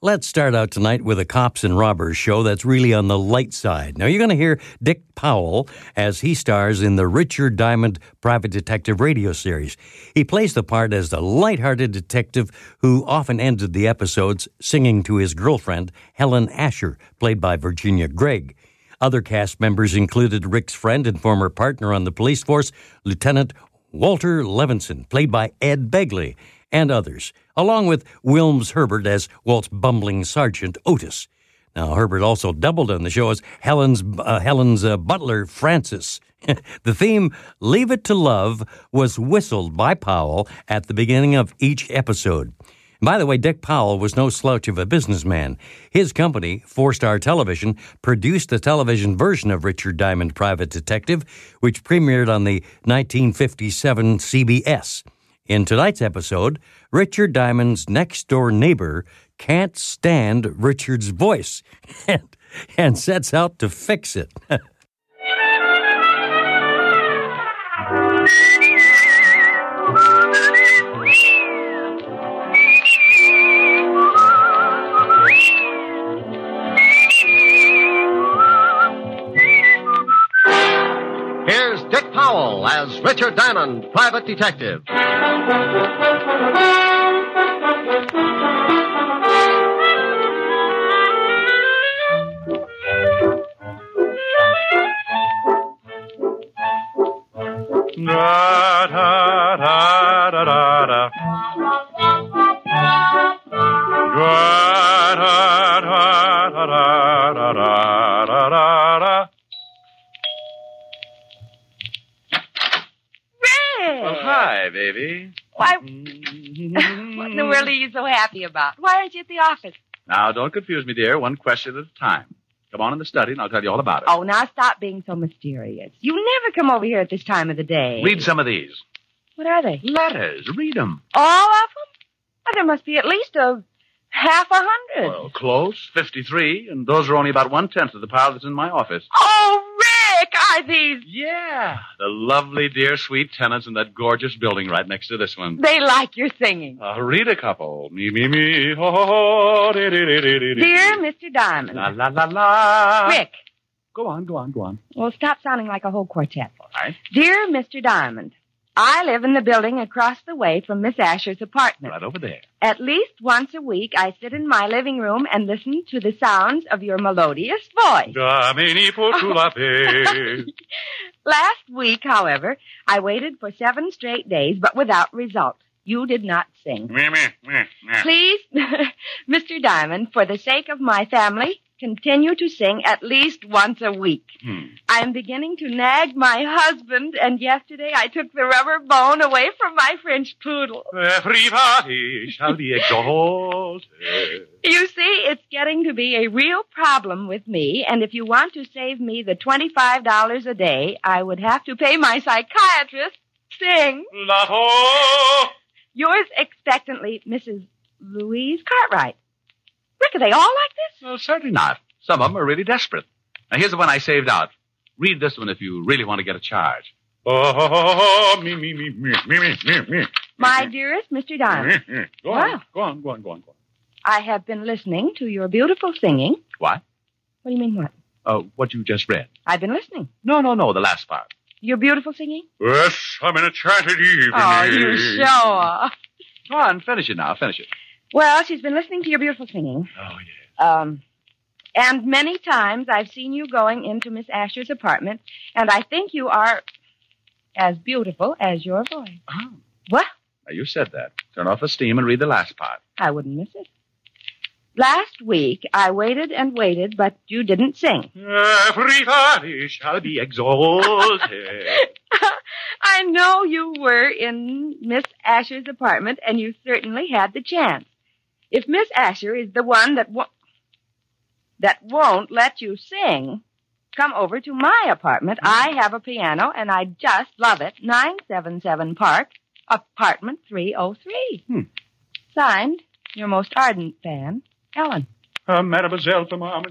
Let's start out tonight with a cops and robbers show that's really on the light side. Now, you're going to hear Dick Powell as he stars in the Richard Diamond Private Detective radio series. He plays the part as the light-hearted detective who often ended the episodes singing to his girlfriend, Helen Asher, played by Virginia Gregg. Other cast members included Rick's friend and former partner on the police force, Lieutenant Walter Levinson, played by Ed Begley, and others, along with Wilms Herbert as Walt's bumbling sergeant Otis. Now Herbert also doubled on the show as Helen's uh, Helen's uh, butler Francis. the theme "Leave It to Love" was whistled by Powell at the beginning of each episode. By the way, Dick Powell was no slouch of a businessman. His company, Four Star Television, produced the television version of Richard Diamond Private Detective, which premiered on the 1957 CBS. In tonight's episode, Richard Diamond's next door neighbor can't stand Richard's voice and, and sets out to fix it. Here's Dick Powell as Richard Diamond, private detective. Da, da, da, da, da, da. Da, da, da, da, da, da, da, da, da, da. Rick! hi, baby. Why, what in the world are you so happy about? Why aren't you at the office? Now, don't confuse me, dear. One question at a time. Come on in the study, and I'll tell you all about it. Oh, now stop being so mysterious. You never come over here at this time of the day. Read some of these What are they? letters. Read them. All of them? Well, there must be at least a half a hundred. Well, Oh, close, 53, and those are only about one tenth of the pile that's in my office. Oh, Rick, are these? Yeah. The lovely, dear, sweet tenants in that gorgeous building right next to this one. They like your singing. Uh, read a couple. Me, me, me, ho, ho, ho, dee, dee, dee, dee, dee, dee. Dear Mr. Diamond. La, la, la, la. Rick, Go on, go on, go on. well, stop sounding like a whole quartet. All right. Dear Mr. Diamond, I live in the building across the way from Miss Asher's apartment. Right over there. At least once a week, I sit in my living room and listen to the sounds of your melodious voice. Domini potulape. Last week, however, I waited for seven straight days, but without result. You did not sing. Meh, meh, meh, Ah. meh. Please, Mr. Diamond, for the sake of my family, continue to sing at least once a week. Hmm. I am beginning to nag my husband, and yesterday I took the rubber bone away from my French poodle. Everybody Shall be exalted. You see, it's getting to be a real problem with me, and if you want to save me the $25 a day, I would have to pay my psychiatrist. Sing. Lato. Yours expectantly, Mrs. Louise Cartwright. Rick, are they all like this? Well, certainly not. Some of them are really desperate. Now, here's the one I saved out. Read this one if you really want to get a charge. Oh, me, me, me, me, me, me, me, me. My dearest Mr. Diamond, Meh, meh. Go Wow. on, go on, go on, go on, go on. I have been listening to your beautiful singing. What? What do you mean, what? Uh, what you just read. I've been listening. No, no, no, the last part. Your beautiful singing? Yes, I'm in a enchanted evening. Oh, you show off. Go on, finish it now, finish it. Well, she's been listening to your beautiful singing. Oh, yeah. Um, and many times I've seen you going into Miss Asher's apartment, and I think you are. as beautiful as your voice. What? Now, you said that. Turn off the steam and read the last part. I wouldn't miss it. Last week, I waited and waited, but you didn't sing. Everybody shall be exalted. I know you were in Miss Asher's apartment, and you certainly had the chance. If Miss Asher is the one that wo- that won't let you sing, come over to my apartment. I have a piano, and I just love it. Nine seven seven Park, apartment three oh three. Hmm. Signed, your most ardent fan, Ellen. Uh, Mademoiselle Thermometer.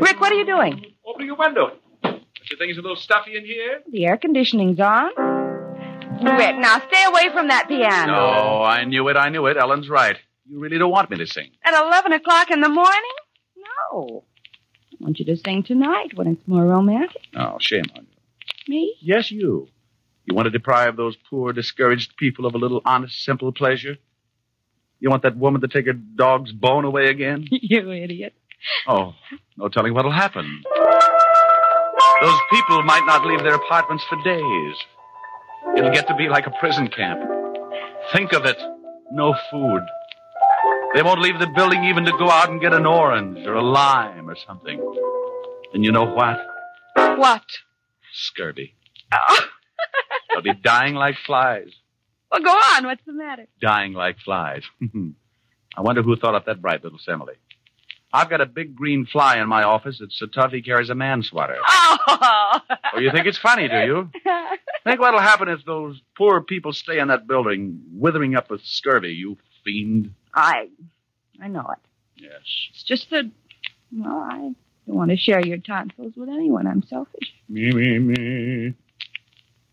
Rick, what are you doing? Open your window. Don't you think it's a little stuffy in here? The air conditioning's on. Rick, now stay away from that piano. No, I knew it. I knew it. Ellen's right. You really don't want me to sing. At 11 o'clock in the morning? No. I want you to sing tonight when it's more romantic. Oh, shame on you. Me? Yes, you. You want to deprive those poor, discouraged people of a little honest, simple pleasure? You want that woman to take a dog's bone away again? you idiot. Oh, no telling what'll happen. Those people might not leave their apartments for days. It'll get to be like a prison camp. Think of it. No food. They won't leave the building even to go out and get an orange or a lime or something. And you know what? What? Scurvy. Oh. They'll be dying like flies. Well, go on. What's the matter? Dying like flies. I wonder who thought up that bright little simile. I've got a big green fly in my office that so tough he carries a man swatter. Oh! Oh, you think it's funny, do you? Think what'll happen if those poor people stay in that building, withering up with scurvy, you fiend. I, I know it. Yes. It's just that, well, I don't want to share your tonsils with anyone. I'm selfish. Me, me, me.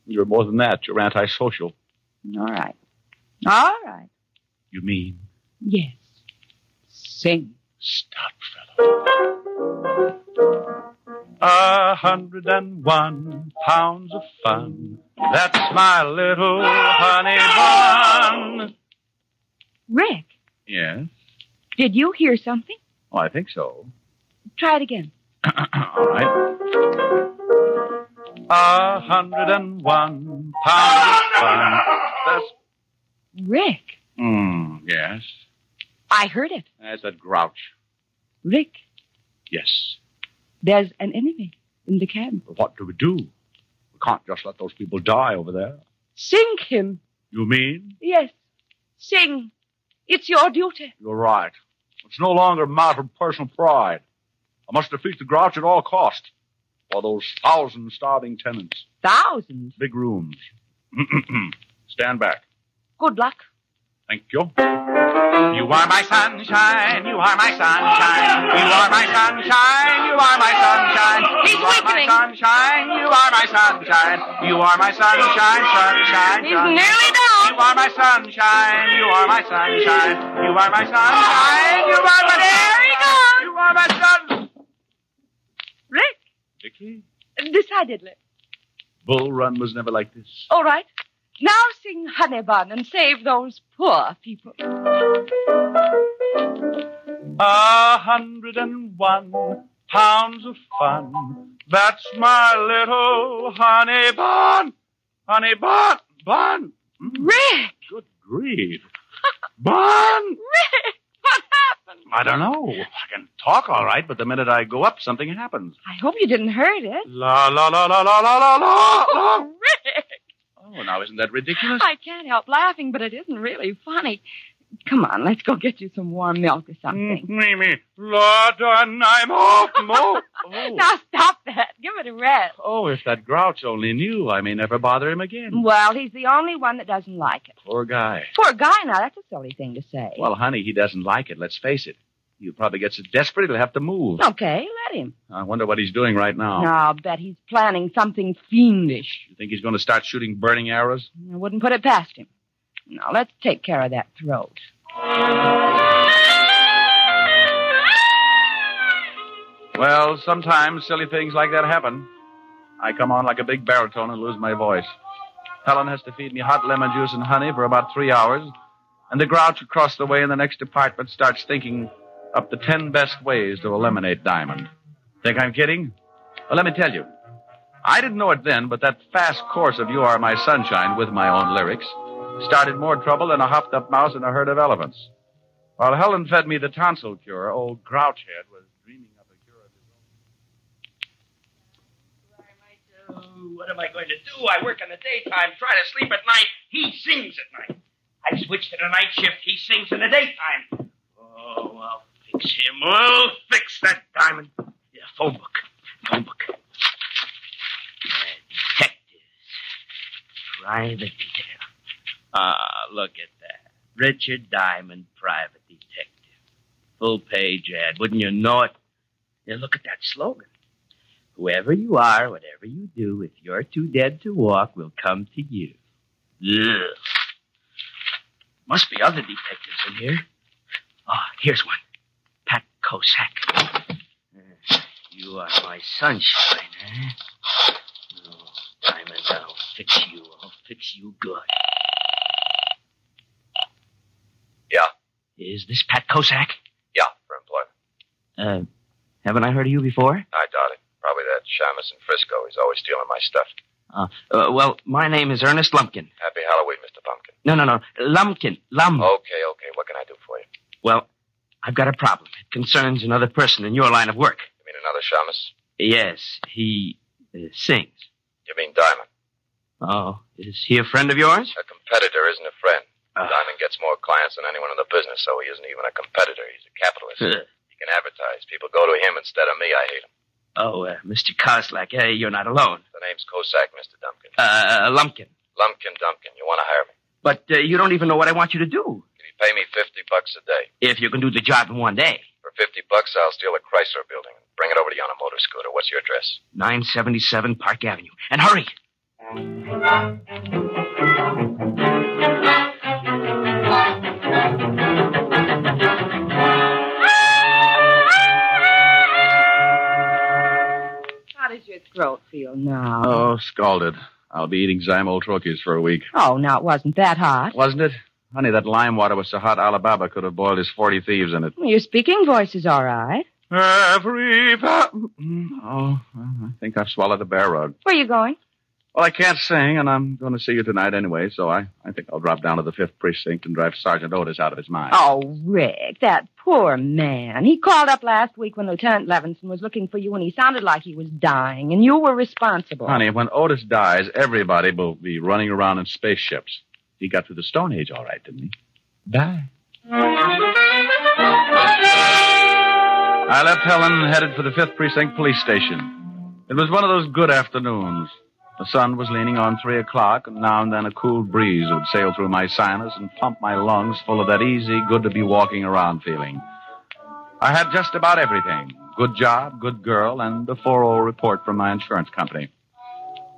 You're more than that. You're antisocial. All right. All right. You mean? Yes. Sing. Stop, fellow. A hundred and one pounds of fun. That's my little honey bun. Rick, Yes? did you hear something? Oh, I think so. Try it again. All right. A hundred and one pounds of fun. That's. Rick, Mm, yes. I heard it. That's a grouch. Rick, Yes. there's an enemy in the camp. But what do we do? We can't just let those people die over there. Sink him. You mean? Yes. Sing. It's your duty. You're right. It's no longer a matter of personal pride. I must defeat the grouch at all cost. For those thousand starving tenants, Thousands. big rooms. Stand back. Good luck. Thank you. You are my sunshine. You are my sunshine. You are my sunshine. You are my sunshine. He's you are weakening. My sunshine. You are my sunshine. You are my sunshine. Sunshine. He's sunshine. nearly You down. are my sunshine. You are my sunshine. You are my sunshine. You are my There he sunshine. You are my sun. Rick, Vicky, decidedly. Bull Run was never like this. All right. Now sing Honey Bun and save those poor people. A hundred and one pounds of fun. That's my little honey bun. Honey bun, bun. Mm, Rick, good grief. Bun! Rick, what happened? I don't know. I can talk all right, but the minute I go up, something happens. I hope you didn't hurt it. La la la la la la la la. la. Oh, Rick, Oh, now isn't that ridiculous? I can't help laughing, but it isn't really funny. Come on, let's go get you some warm milk or something. Mm-hmm. Mimi, Lord, I'm off, mo. Oh. Now stop that. Give it a rest. oh, if that grouch only knew, I may never bother him again. Well, he's the only one that doesn't like it. Poor guy. Poor guy, now that's a silly thing to say. Well, honey, he doesn't like it, let's face it. He'll probably get so desperate he'll have to move. Okay, let him. I wonder what he's doing right now. No, I'll bet he's planning something fiendish. You think he's going to start shooting burning arrows? I wouldn't put it past him. Now, let's take care of that throat. Well, sometimes silly things like that happen. I come on like a big baritone and lose my voice. Helen has to feed me hot lemon juice and honey for about three hours, and the grouch across the way in the next apartment starts thinking up the ten best ways to eliminate Diamond. Think I'm kidding? Well, let me tell you. I didn't know it then, but that fast course of You Are My Sunshine with my own lyrics started more trouble than a hopped up mouse in a herd of elephants. While Helen fed me the tonsil cure, old Grouchhead was dreaming of a cure of his own. Oh, what am I going to do? I work in the daytime, try to sleep at night. He sings at night. I switch to the night shift. He sings in the daytime. Oh, I'll fix him. I'll fix that diamond. Yeah, phone book. Phone book. Uh, detectives. Private detective. Ah, look at that. Richard Diamond, private detective. Full page ad. Wouldn't you know it? Yeah, look at that slogan. Whoever you are, whatever you do, if you're too dead to walk, we'll come to you. Ugh. Must be other detectives in here. Ah, here's one. Pat Kosak. Uh, You are my sunshine, eh? Oh, Diamond, I'll fix you. I'll fix you good. Yeah. Is this Pat Kosak? Yeah, for employment. Uh, haven't I heard of you before? I doubt it. Probably that shamus in Frisco. He's always stealing my stuff. Uh, uh, well, my name is Ernest Lumpkin. Happy Halloween, Mr. Pumpkin. No, no, no. Lumpkin. Lum. Okay, okay. What can I do for you? Well, I've got a problem. It concerns another person in your line of work. You mean another shamus? Yes, he uh, sings. You mean Diamond? Oh, is he a friend of yours? A competitor isn't a friend. Ah. Diamond gets more clients than anyone in the business, so he isn't even a competitor. He's a capitalist. Huh. He can advertise. People go to him instead of me. I hate him. Oh, uh, Mr. Koslak, hey, you're not alone. The name's Kosak, Mr. Dumpkin. Uh, Lumpkin. Lumpkin Dumpkin. You want to hire me? But uh, you don't even know what I want you to do. If you pay me 50 bucks a day, If you can do the job in one day. for 50 bucks, I'll steal a Chrysler building and bring it over to you on a motor scooter. What's your address? 977 Park Avenue. And hurry. How does your throat feel now? Oh, scalded. I'll be eating Zymol trochees for a week. Oh, now it wasn't that hot. Wasn't it? Honey, that lime water was so hot Alibaba could have boiled his 40 thieves in it. Well, your speaking voice is all right. Every pa- Mm, Oh, well, I think I've swallowed a bear rug. Where are you going? Well, I can't sing, and I'm going to see you tonight anyway, so I, I think I'll drop down to the 5th Precinct and drive Sergeant Otis out of his mind. Oh, Rick, that poor man. He called up last week when Lieutenant Levinson was looking for you and he sounded like he was dying and you were responsible. Honey, when Otis dies, everybody will be running around in spaceships. He got through the Stone Age all right, didn't he? Bye. I left Helen headed for the 5th Precinct Police Station. It was one of those good afternoons. The sun was leaning on 3 o'clock, and now and then a cool breeze would sail through my sinus and pump my lungs full of that easy, good to be walking around feeling. I had just about everything good job, good girl, and a 4 report from my insurance company.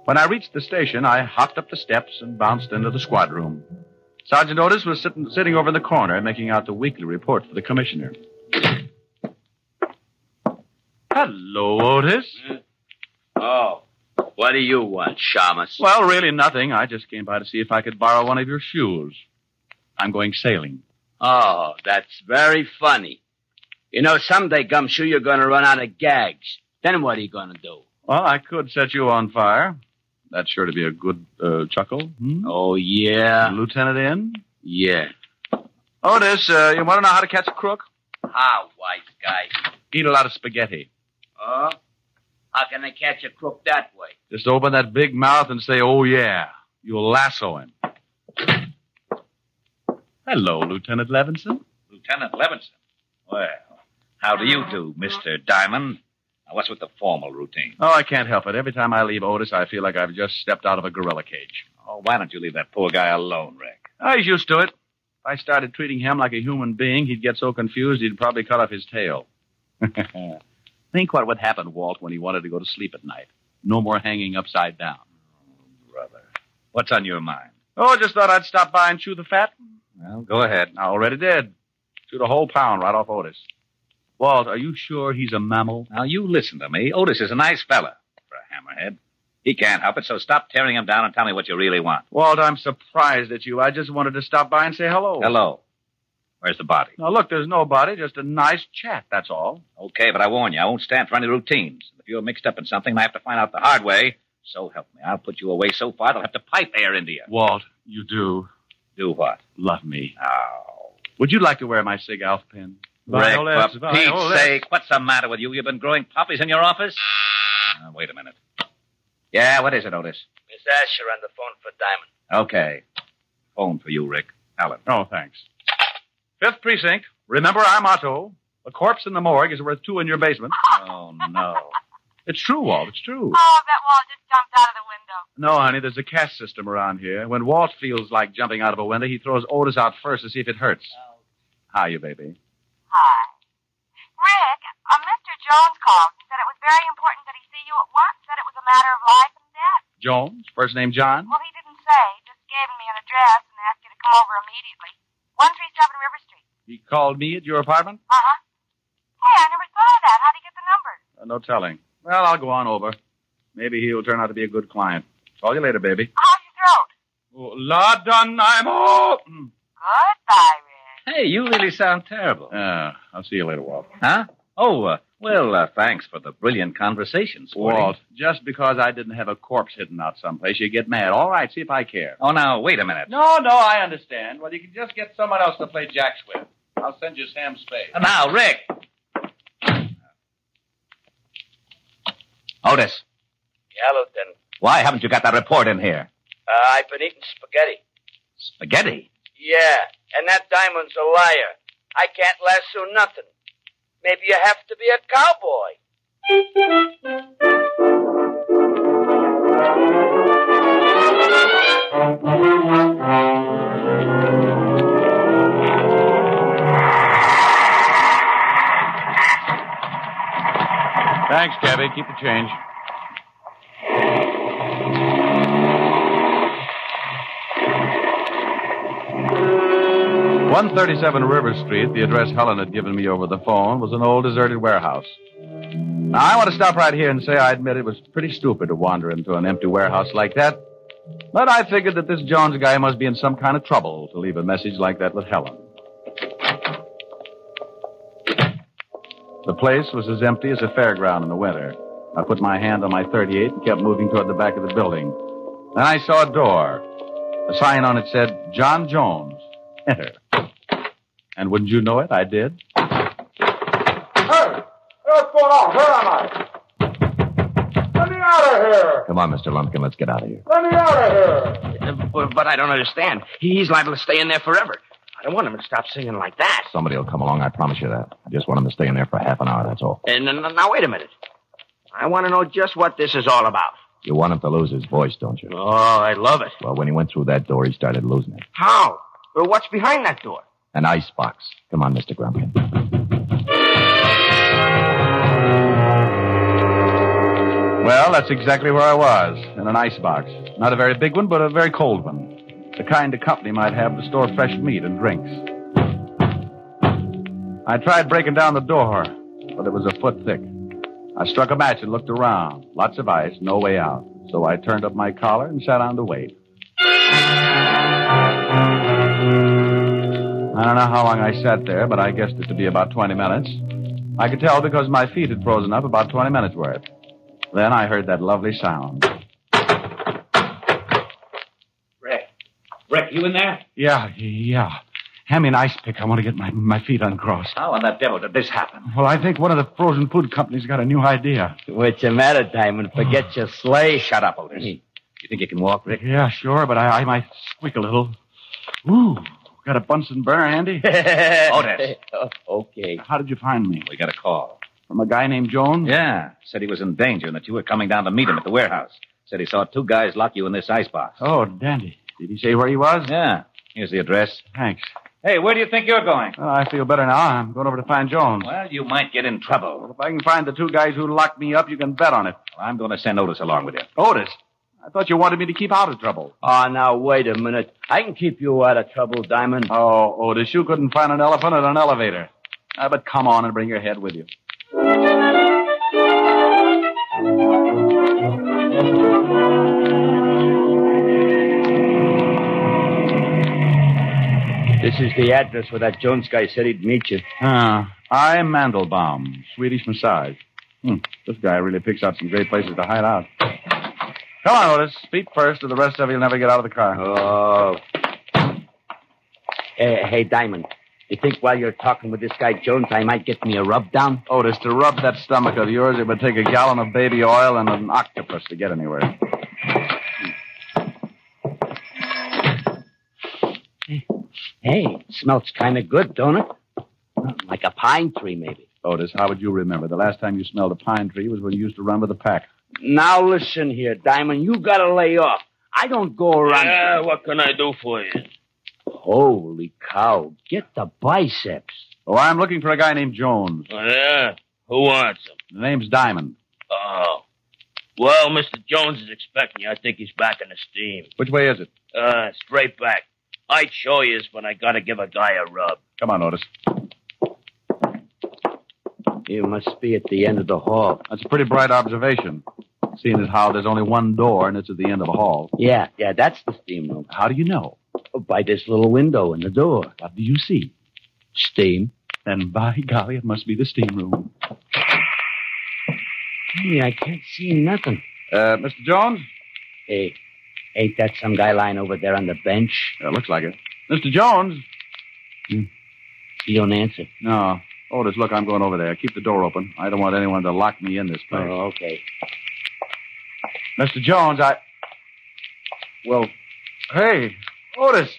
When I reached the station, I hopped up the steps and bounced into the squad room. Sergeant Otis was sitting, sitting over in the corner making out the weekly report for the commissioner. Hello, Otis. Oh, what do you want, Shamus? Well, really nothing. I just came by to see if I could borrow one of your shoes. I'm going sailing. Oh, that's very funny. You know, someday, Gumshoe, you're going to run out of gags. Then what are you going to do? Well, I could set you on fire. That's sure to be a good uh, chuckle. Hmm? Oh, yeah. Lieutenant in? Yeah. Otis, uh, you want to know how to catch a crook? How, white Ah, guy? Eat a lot of spaghetti. Oh? How can I catch a crook that way? Just open that big mouth and say, oh, yeah. You'll lasso him. Hello, Lieutenant Levinson. Lieutenant Levinson. Well, how do you do, Mr. Diamond? Now, what's with the formal routine? Oh, I can't help it. Every time I leave Otis, I feel like I've just stepped out of a gorilla cage. Oh, why don't you leave that poor guy alone, Rick? Oh, he's used to it. If I started treating him like a human being, he'd get so confused he'd probably cut off his tail. Think what would happen, Walt, when he wanted to go to sleep at night. No more hanging upside down. Oh, Brother. What's on your mind? Oh, just thought I'd stop by and chew the fat. Well, go ahead. I already did. Chewed a whole pound right off Otis. Walt, are you sure he's a mammal? Now, you listen to me. Otis is a nice fella for a hammerhead. He can't help it, so stop tearing him down and tell me what you really want. Walt, I'm surprised at you. I just wanted to stop by and say hello. Hello. Where's the body? Now, look, there's nobody, just a nice chat, that's all. Okay, but I warn you, I won't stand for any routines. If you're mixed up in something and I have to find out the hard way, So help me. I'll put you away so far they'll have to pipe air into you. Walt, you do Do what? love me. Oh. Would you like to wear my sig Alf pin? Rick, Violets, for Pete's violets. sake, what's the matter with you? You've been growing poppies in your office? Uh, wait a minute. Yeah, what is it, Otis? Miss Asher on the phone for Diamond. Okay. Phone for you, Rick. Alan. Oh, thanks. Fifth precinct. Remember our motto: a corpse in the morgue is worth two in your basement. Oh, no. It's true, Walt. It's true. Oh, that wall just jumped out of the window. No, honey, there's a caste system around here. When Walt feels like jumping out of a window, he throws Otis out first to see if it hurts. How you, baby? Hi. Rick, a Mr. Jones called and said it was very important that he see you at once, said it was a matter of life and death. Jones, first name John. Well, he didn't say, just gave me an address and asked you to come over immediately. 137 River Street. He called me at your apartment. Uh huh. Hey, I never thought of that. How'd he get the number? Uh, no telling. Well, I'll go on over. Maybe he'll turn out to be a good client. Call you later, baby. How's your throat? Oh, la done, I'm all. Goodbye, Rick. Hey, you really sound terrible. Uh, I'll see you later, Walt. Huh? Oh, uh, well, uh, thanks for the brilliant conversation, Sporty. Walt, just because I didn't have a corpse hidden out someplace, you get mad. All right, see if I care. Oh, now, wait a minute. No, no, I understand. Well, you can just get someone else to play jacks with. I'll send you Sam Spade. Now, Rick. Otis, Yeah, Lieutenant. why haven't you got that report in here? Uh, I've been eating spaghetti. Spaghetti. Yeah, and that Diamond's a liar. I can't lasso nothing. Maybe you have to be a cowboy. Thanks, Gabby. Keep the change. One thirty-seven River Street, the address Helen had given me over the phone, was an old deserted warehouse. Now I want to stop right here and say I admit it was pretty stupid to wander into an empty warehouse like that. But I figured that this Jones guy must be in some kind of trouble to leave a message like that with Helen. The place was as empty as a fairground in the winter. I put my hand on my 38 and kept moving toward the back of the building. Then I saw a door. A sign on it said, John Jones. Enter. And wouldn't you know it, I did. Hey! What's going on? Where am I? Let me out of here! Come on, Mr. Lumpkin, let's get out of here. Let me out of here! Uh, But, but I don't understand. He's liable to stay in there forever. I don't want him to stop singing like that. Somebody will come along, I promise you that. I just want him to stay in there for half an hour, that's all. And and- and now, wait a minute. I want to know just what this is all about. You want him to lose his voice, don't you? Oh, I love it. Well, when he went through that door, he started losing it. How? Well, what's behind that door? An icebox. Come on, Mr. Grumpkin. Well, that's exactly where I was, in an icebox. Not a very big one, but a very cold one. The kind a company might have to store fresh meat and drinks. I tried breaking down the door, but it was a foot thick. I struck a match and looked around. Lots of ice, no way out. So I turned up my collar and sat down to wait. I don't know how long I sat there, but I guessed it to be about 20 minutes. I could tell because my feet had frozen up about 20 minutes worth. Then I heard that lovely sound. Rick. Rick, you in there? Yeah, yeah. Hand me an ice pick. I want to get my, my feet uncrossed. How in the Oh, devil did this happen? Well, I think one of the frozen food companies got a new idea. What's the matter, Diamond? Forget your sleigh. Shut up, Otis. You think you can walk, Rick? Yeah, sure, but I, I might squeak a little. Ooh, got a Bunsen burner, Andy? Otis. okay. How did you find me? We got a call. From a guy named Jones? Yeah. Said he was in danger and that you were coming down to meet him at the warehouse. Said he saw two guys lock you in this icebox. Oh, dandy. Did he say where he was? Yeah. Here's the address. Thanks. Hey, where do you think you're going? Well, I feel better now. I'm going over to find Jones. Well, you might get in trouble. Well, if I can find the two guys who locked me up, you can bet on it. I'm going to send Otis along with you. Otis, I thought you wanted me to keep out of trouble. Oh, now, wait a minute. I can keep you out of trouble, Diamond. Oh, Otis, you couldn't find an elephant in an elevator. Ah, but come on and bring your head with you. This is the address where that Jones guy said he'd meet you. Ah, I Mandelbaum, Swedish massage. Hmm, this guy really picks out some great places to hide out. Come on, Otis. Feet first, or the rest of you'll never get out of the car. Oh. Hey, hey, Diamond. You think while you're talking with this guy Jones, I might get me a rub down? Otis, to rub that stomach of yours, it would take a gallon of baby oil and an octopus to get anywhere. Hey, smells kind of good, don't it? Like a pine tree, maybe. Otis, how would you remember? The last time you smelled a pine tree was when you used to run with a pack. Now listen here, Diamond. You gotta lay off. I don't go around. Yeah, what can I do for you? Holy cow! Get the biceps. Oh, I'm looking for a guy named Jones. Oh, yeah? Who wants him? The name's Diamond. Oh. Well, Mr. Jones is expecting you. I think he's back in the steam. Which way is it? Uh, straight back. I'd show you, but I gotta give a guy a rub. Come on, Otis. You must be at the end of the hall. That's a pretty bright observation, seeing as how there's only one door and it's at the end of a hall. Yeah, yeah, that's the steam room. How do you know? Oh, by this little window in the door. What do you see? Steam. Then by golly, it must be the steam room. Hey, I can't see nothing. Uh, Mr. Jones? Hey, ain't that some guy lying over there on the bench? Uh, looks like it. Mr. Jones? Hmm. He don't answer. No. Otis, look, I'm going over there. Keep the door open. I don't want anyone to lock me in this place. Oh, okay. Mr. Jones, I. Well, hey, Otis,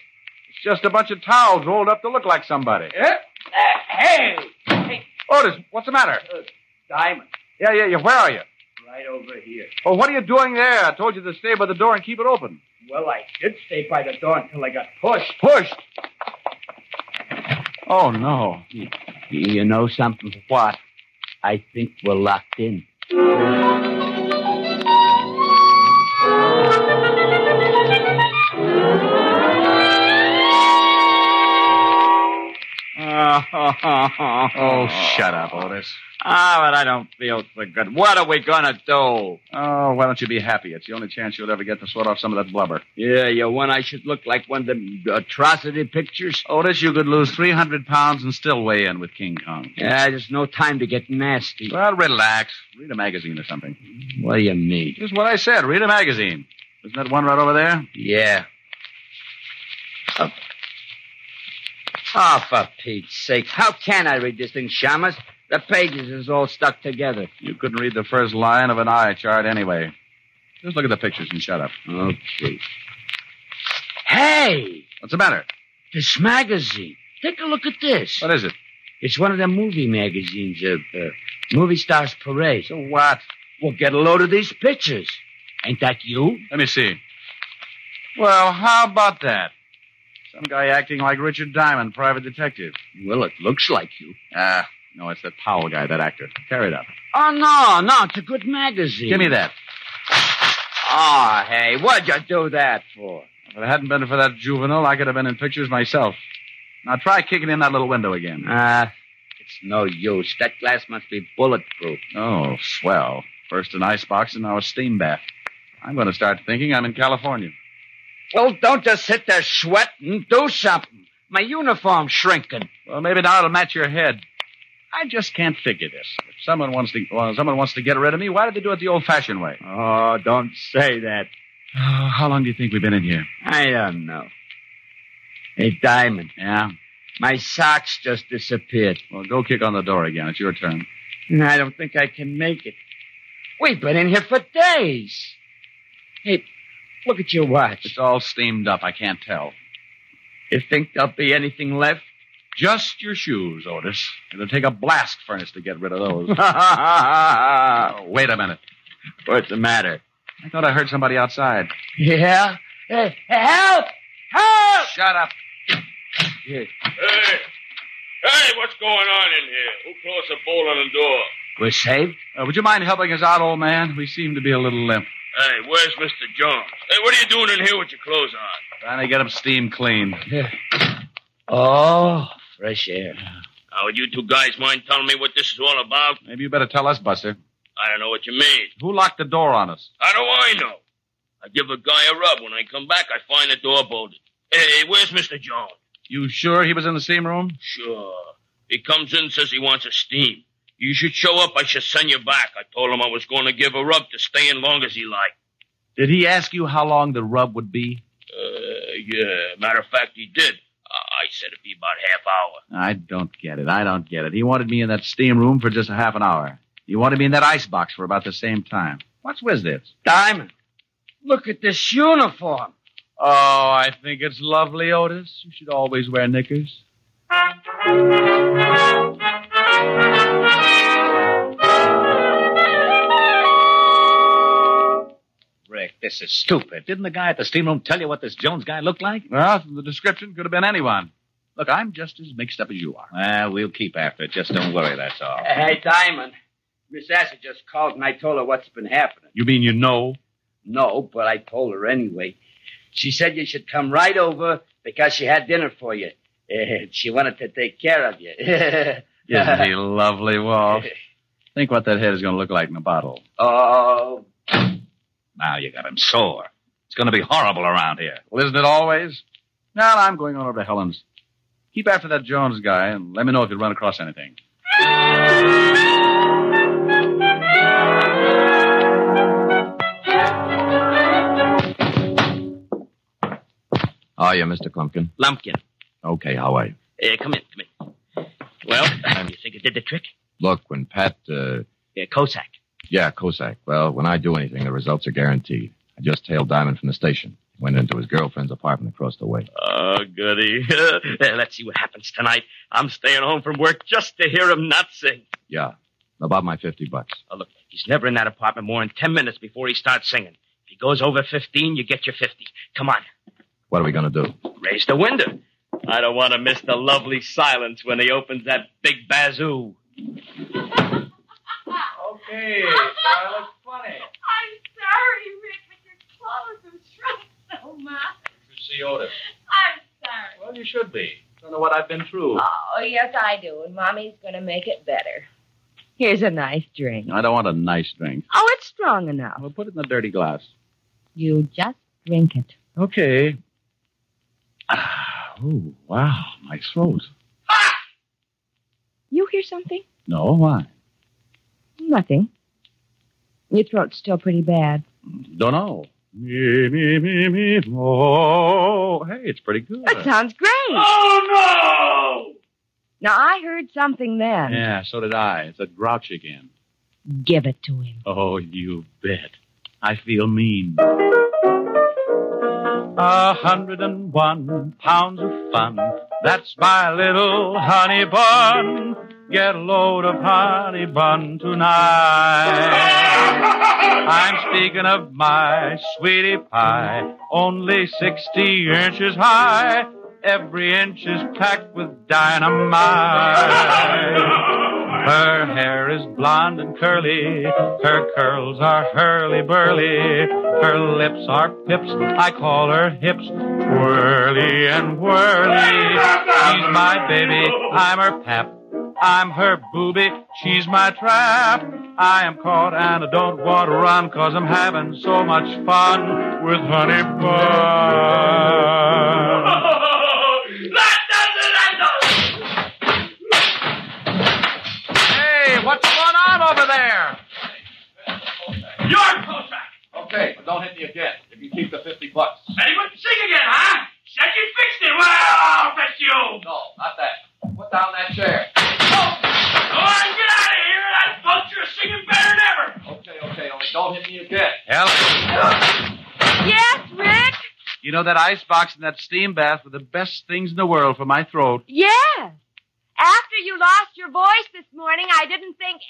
it's just a bunch of towels rolled up to look like somebody. Yeah? Uh, hey! Hey! Otis, Eh, what's the matter? Uh, Diamond. Yeah, yeah, yeah. Where are you? Right over here. Oh, what are you doing there? I told you to stay by the door and keep it open. Well, I did stay by the door until I got pushed. Pushed? Oh, no. You know something? What? I think we're locked in. Oh, oh, oh, oh, shut up, Otis. Ah, but I don't feel so good. What are we gonna do? Oh, why don't you be happy? It's the only chance you'll ever get to sort off some of that blubber. Yeah, you want I should look like one of them atrocity pictures? Otis, you could lose 300 pounds and still weigh in with King Kong. Yeah, there's no time to get nasty. Well, relax. Read a magazine or something. What do you mean? Just what I said. Read a magazine. Isn't that one right over there? Yeah. Oh. oh, for Pete's sake. How can I read this thing, Shamus? The pages is all stuck together. You couldn't read the first line of an eye chart anyway. Just look at the pictures and shut up. Okay. Hey! What's the matter? This magazine. Take a look at this. What is it? It's one of them movie magazines, uh, uh, Movie Stars Parade. So what? Well, get a load of these pictures. Ain't that you? Let me see. Well, how about that? Some guy acting like Richard Diamond, private detective. Well, it looks like you. Ah, uh, no, it's that Powell guy, that actor. Carry it up. Oh, no, no, it's a good magazine. Give me that. Oh, hey, what'd you do that for? If it hadn't been for that juvenile, I could have been in pictures myself. Now try kicking in that little window again. Ah, uh, it's no use. That glass must be bulletproof. Oh, swell. First an ice box and now a steam bath. I'm going to start thinking I'm in California. Well, don't just sit there sweating. Do something. My uniform's shrinking. Well, maybe now it'll match your head. I just can't figure this. If someone wants to, well, someone wants to get rid of me, why did they do it the old-fashioned way? Oh, don't say that. Oh, how long do you think we've been in here? I don't know. Hey, Diamond. Yeah. My socks just disappeared. Well, go kick on the door again. It's your turn. I don't think I can make it. We've been in here for days. Hey, look at your watch. It's all steamed up. I can't tell. You think there'll be anything left? Just your shoes, Otis. It'll take a blast furnace to get rid of those. oh, wait a minute. What's the matter? I thought I heard somebody outside. Yeah? Hey, help! Help! Shut up. Hey. Hey, what's going on in here? Who closed the bolt on the door? We're saved? Uh, would you mind helping us out, old man? We seem to be a little limp. Hey, where's Mr. Jones? Hey, what are you doing in here with your clothes on? Trying to get them steam cleaned. Yeah. Oh, fresh air. Now, would you two guys mind telling me what this is all about? Maybe you better tell us, Buster. I don't know what you mean. Who locked the door on us? How do I know? I give a guy a rub. When I come back, I find the door bolted. Hey, where's Mr. Jones? You sure he was in the steam room? Sure. He comes in and says he wants a steam. You should show up. I should send you back. I told him I was going to give a rub to stay in long as he liked. Did he ask you how long the rub would be? Uh, yeah. Matter of fact, he did. I I said it'd be about half hour. I don't get it. I don't get it. He wanted me in that steam room for just a half an hour. He wanted me in that ice box for about the same time. What's with this? Diamond. Look at this uniform. Oh, I think it's lovely, Otis. You should always wear knickers. Rick, this is stupid. Didn't the guy at the steam room tell you what this Jones guy looked like? Well, from the description, could have been anyone. Look, I'm just as mixed up as you are. Well, we'll keep after it. Just don't worry, that's all. Hey, Diamond. Miss Asher just called and I told her what's been happening. You mean you know? No, but I told her anyway. She said you should come right over because she had dinner for you. And she wanted to take care of you. Isn't he lovely, Walt? Think what that head is going to look like in a bottle. oh, Now you got him sore. It's going to be horrible around here. Well, isn't it always? Now I'm going on over to Helen's. Keep after that Jones guy and let me know if you run across anything. How are you, Mr. Clumpkin? Lumpkin. Okay, how are you? Uh, come in, come in. Well, you think it did the trick? Look, when Pat, uh, Yeah, Cossack. yeah, Cossack, well, when I do anything, the results are guaranteed. I just hailed Diamond from the station. Went into his girlfriend's apartment across the way. Oh, goody. Uh, Let's see what happens tonight. I'm staying home from work just to hear him not sing. Yeah, about my 50 bucks. Oh, look, he's never in that apartment more than 10 minutes before he starts singing. If he goes over 15, you get your 50. Come on, What are we going to do? raise the window. I don't want to miss the lovely silence when he opens that big bazoo. Okay, I look funny. I'm sorry, Rick, but your clothes have shrunk so much. See Otis. I'm sorry. Well, you should be. Don't know what I've been through. Oh, yes, I do. And Mommy's going to make it better. Here's a nice drink. I don't want a nice drink. Oh, it's strong enough. Well, put it in the dirty glass. You just drink it. Okay. Ah, oh, wow, my throat. You hear something? No, why? Nothing. Your throat's still pretty bad. Don't know. Me, me, me, me. Oh, hey, it's pretty good. That sounds great. Oh, no! Now, I heard something then. Yeah, so did I. It's that grouch again. Give it to him. Oh, you bet. I feel mean. A hundred and one pounds of fun. That's my little honey bun. Get a load of honey bun tonight. I'm speaking of my sweetie pie, only 60 inches high. Every inch is packed with dynamite. Her hair is blonde and curly. Her curls are hurly burly. Her lips are pips. I call her hips. Whirly and whirly. She's my baby. I'm her pap. I'm her booby. She's my trap. I am caught and I don't want to run cause I'm having so much fun with Honey Bun. Hey, what's going on over there? You're Cossack. Okay, but don't hit me again. If you keep the 50 bucks. And he wouldn't sing again, huh? Said you fixed it. Well, I'll fix you. No, not that. Put down that chair. Go on, get out of here. That vulture is singing better than ever. Okay, okay, only don't hit me again. Helen, Yes, Rick? you know that ice box and that steam bath were the best things in the world for my throat. Yes. After you lost your voice this morning, I didn't think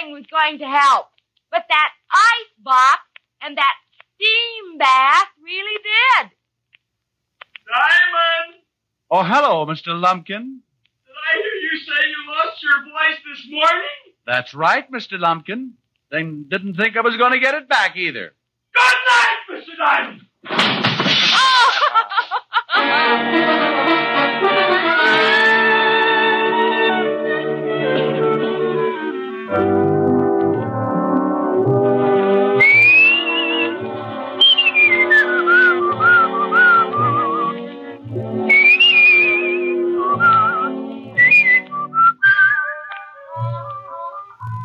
anything was going to help. But that ice box and that steam bath really did. Diamond, Oh, hello, Mr. Lumpkin. did I hear you say you lost your voice this morning? That's right, Mr. Lumpkin. They didn't think I was going to get it back either. Good night, Mr. Diamond.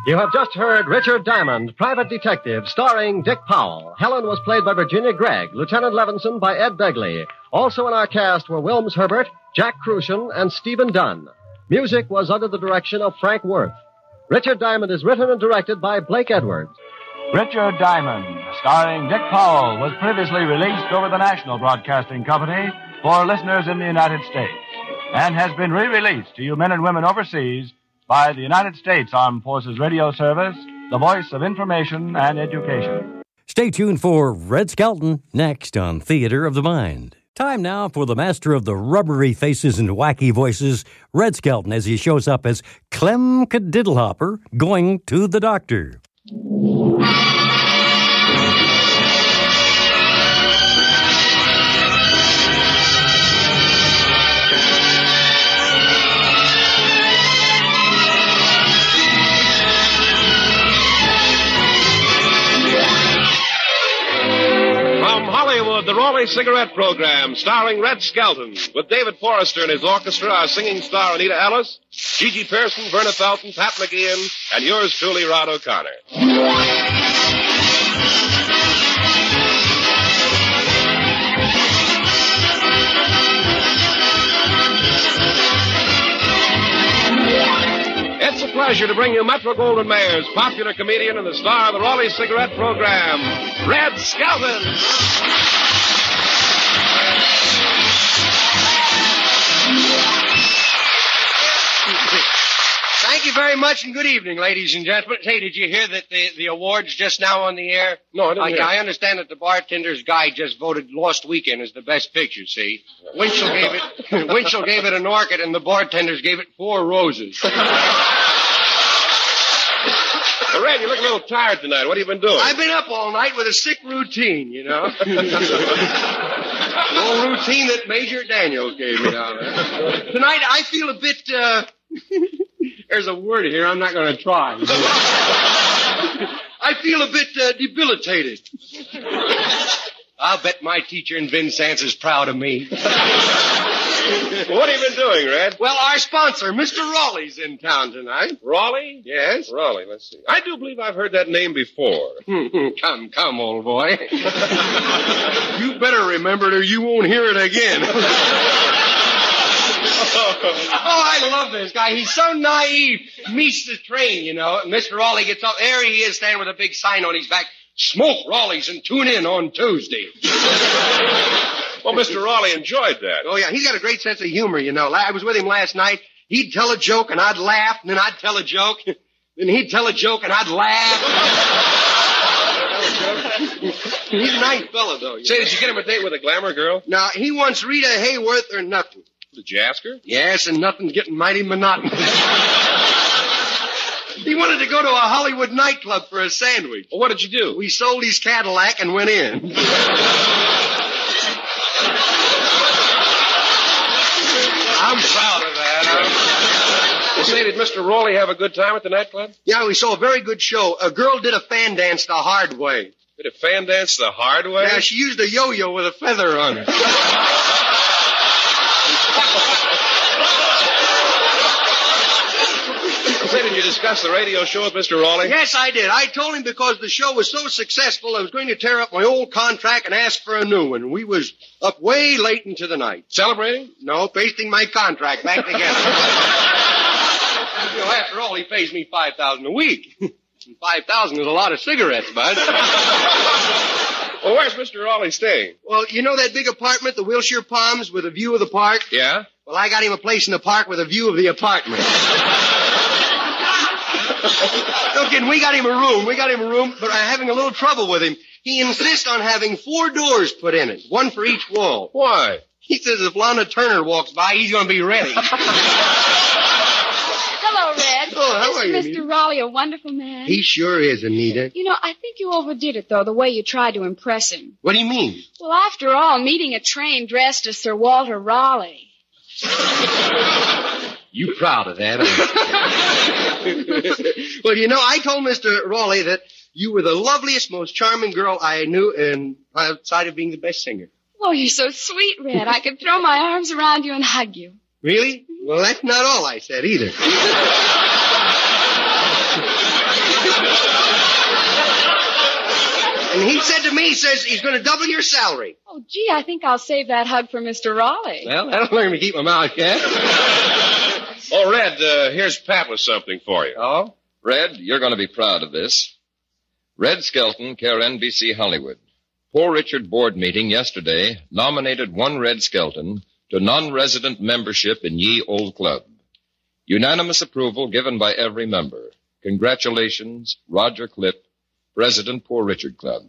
You have just heard Richard Diamond, Private Detective, starring Dick Powell. Helen was played by Virginia Gregg, Lieutenant Levinson by Ed Begley. Also in our cast were Wilms Herbert, Jack Crucian, and Stephen Dunn. Music was under the direction of Frank Worth. Richard Diamond is written and directed by Blake Edwards. Richard Diamond, starring Dick Powell, was previously released over the National Broadcasting Company for listeners in the United States and has been re released to you men and women overseas by the United States Armed Forces Radio Service, the voice of information and education. Stay tuned for Red Skelton next on Theater of the Mind. Time now for the master of the rubbery faces and wacky voices, Red Skelton, as he shows up as Clem Cadiddlehopper going to the doctor. From Hollywood, the Raleigh Cigarette Program, starring Red Skelton, with David Forrester and his orchestra, our singing star Anita Ellis, Gigi Pearson, Verna Felton, Pat McGeehan, and yours truly, Rod O'Connor. It's a pleasure to bring you Metro Goldwyn Mayer's popular comedian and the star of the Raleigh Cigarette Program, Red Skelton. Thank you very much and good evening, ladies and gentlemen. Hey, did you hear that the, the awards just now on the air? No, I didn't Uh, hear. yeah, I understand that the bartender's guy just voted Lost Weekend as the best picture, see? Winchell gave it Winchell gave it an orchid and the bartenders gave it four roses. Hey, Red, you look a little tired tonight. What have you been doing? I've been up all night with a sick routine, you know. Old routine that Major Daniels gave me down there. Tonight I feel a bit uh there's a word here I'm not gonna try. I feel a bit uh, debilitated. I'll bet my teacher in Vincennes is proud of me. What have you been doing, Red? Well, our sponsor, Mr. Raleigh's in town tonight. Raleigh? Yes. Raleigh, let's see. I do believe I've heard that name before. come, come, old boy. you better remember it or you won't hear it again. oh, I love this guy. He's so naive. Meets the train, you know. And Mr. Raleigh gets up. There he is standing with a big sign on his back. Smoke Raleigh's and tune in on Tuesday. Well, Mr. Raleigh enjoyed that. Oh, yeah. He's got a great sense of humor, you know. La- I was with him last night. He'd tell a joke and I'd laugh, and then I'd tell a joke. Then he'd tell a joke and I'd laugh. He's a nice fellow, though. Say, did you get him a date with a glamour girl? Now, he wants Rita Hayworth or nothing. Did you ask her? Yes, and nothing's getting mighty monotonous. he wanted to go to a Hollywood nightclub for a sandwich. Well, what did you do? We sold his Cadillac and went in. I'm proud of that. Well, say, did Mr. Raleigh have a good time at the nightclub? Yeah, we saw a very good show. A girl did a fan dance the hard way. Did a fan dance the hard way? Yeah, she used a yo-yo with a feather on it. Say, did you discuss the radio show with Mr. Raleigh? Yes, I did. I told him because the show was so successful, I was going to tear up my old contract and ask for a new one. We was up way late into the night. Celebrating? No, pasting my contract back together. you know, after all, he pays me five thousand a week. And five thousand is a lot of cigarettes, bud. Well, where's Mr. Raleigh staying? well, you know that big apartment, the Wilshire Palms, with a view of the park? Yeah? Well, I got him a place in the park with a view of the apartment. Look, and we got him a room. We got him a room, but I'm having a little trouble with him. He insists on having four doors put in it, one for each wall. Why? He says if Lana Turner walks by, he's going to be ready. Hello, Red. Oh, how are you, Isn't Nita? Mr. Raleigh a wonderful man? he sure is, Anita. You know, I think you overdid it, though, the way you tried to impress him. What do you mean? Well, after all, meeting a train dressed as Sir Walter Raleigh. You proud of that? well, you know, I told Mr. Raleigh that you were the loveliest, most charming girl I knew, and outside of being the best singer. Oh, you're so sweet, Red. I could throw my arms around you and hug you. Really? Well, that's not all I said either. And he said to me, he says, he's going to double your salary. Oh, gee, I think I'll save that hug for Mr. Raleigh. Well, that'll learn me to keep my mouth shut. Oh, Red, uh, here's Pat with something for you. Oh? Red, you're going to be proud of this. Red Skelton, care NBC Hollywood. Poor Richard board meeting yesterday nominated one Red Skelton to non-resident membership in Ye Old Club. Unanimous approval given by every member. Congratulations, Roger Clip, President Poor Richard Club.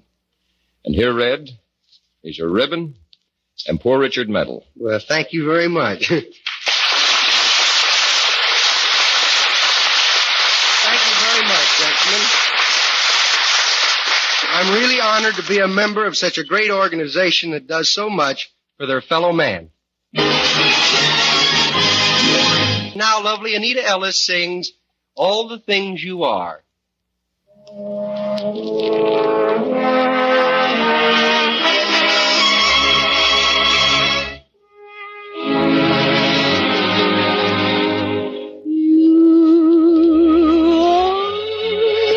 And here, Red, is your ribbon and Poor Richard medal. Well, thank you very much. thank you very much, gentlemen. I'm really honored to be a member of such a great organization that does so much for their fellow man. Now, lovely Anita Ellis sings All the Things You Are.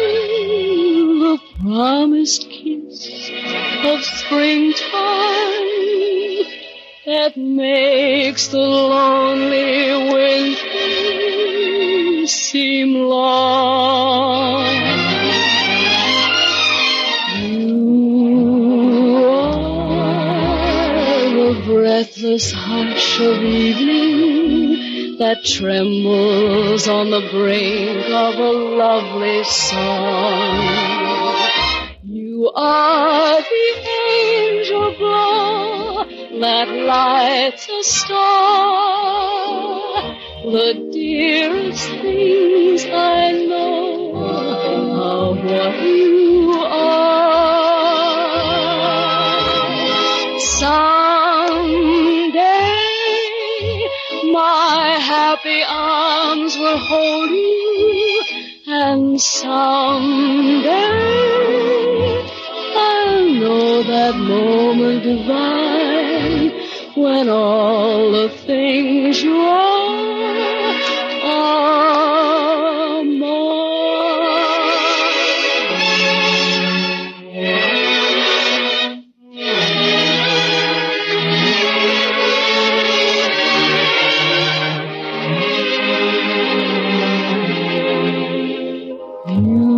the promised kiss of springtime that makes the lonely winter seem long. You are the breathless hush of evening that trembles on the brink of a lovely song. You are the angel glow that lights a star. The dearest things I know are what you are. Someday my happy arms will hold you, and someday I'll know that moment divine when all the things you are are mine.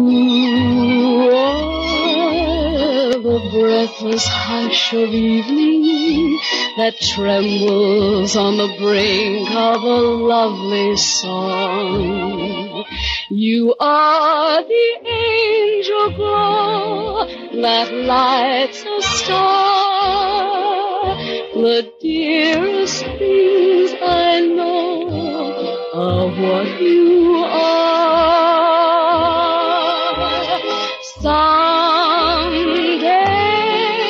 You are the breathless hush of evening that trembles on the brink of a lovely song. You are the angel glow that lights a star. The dearest things I know are what you are. Someday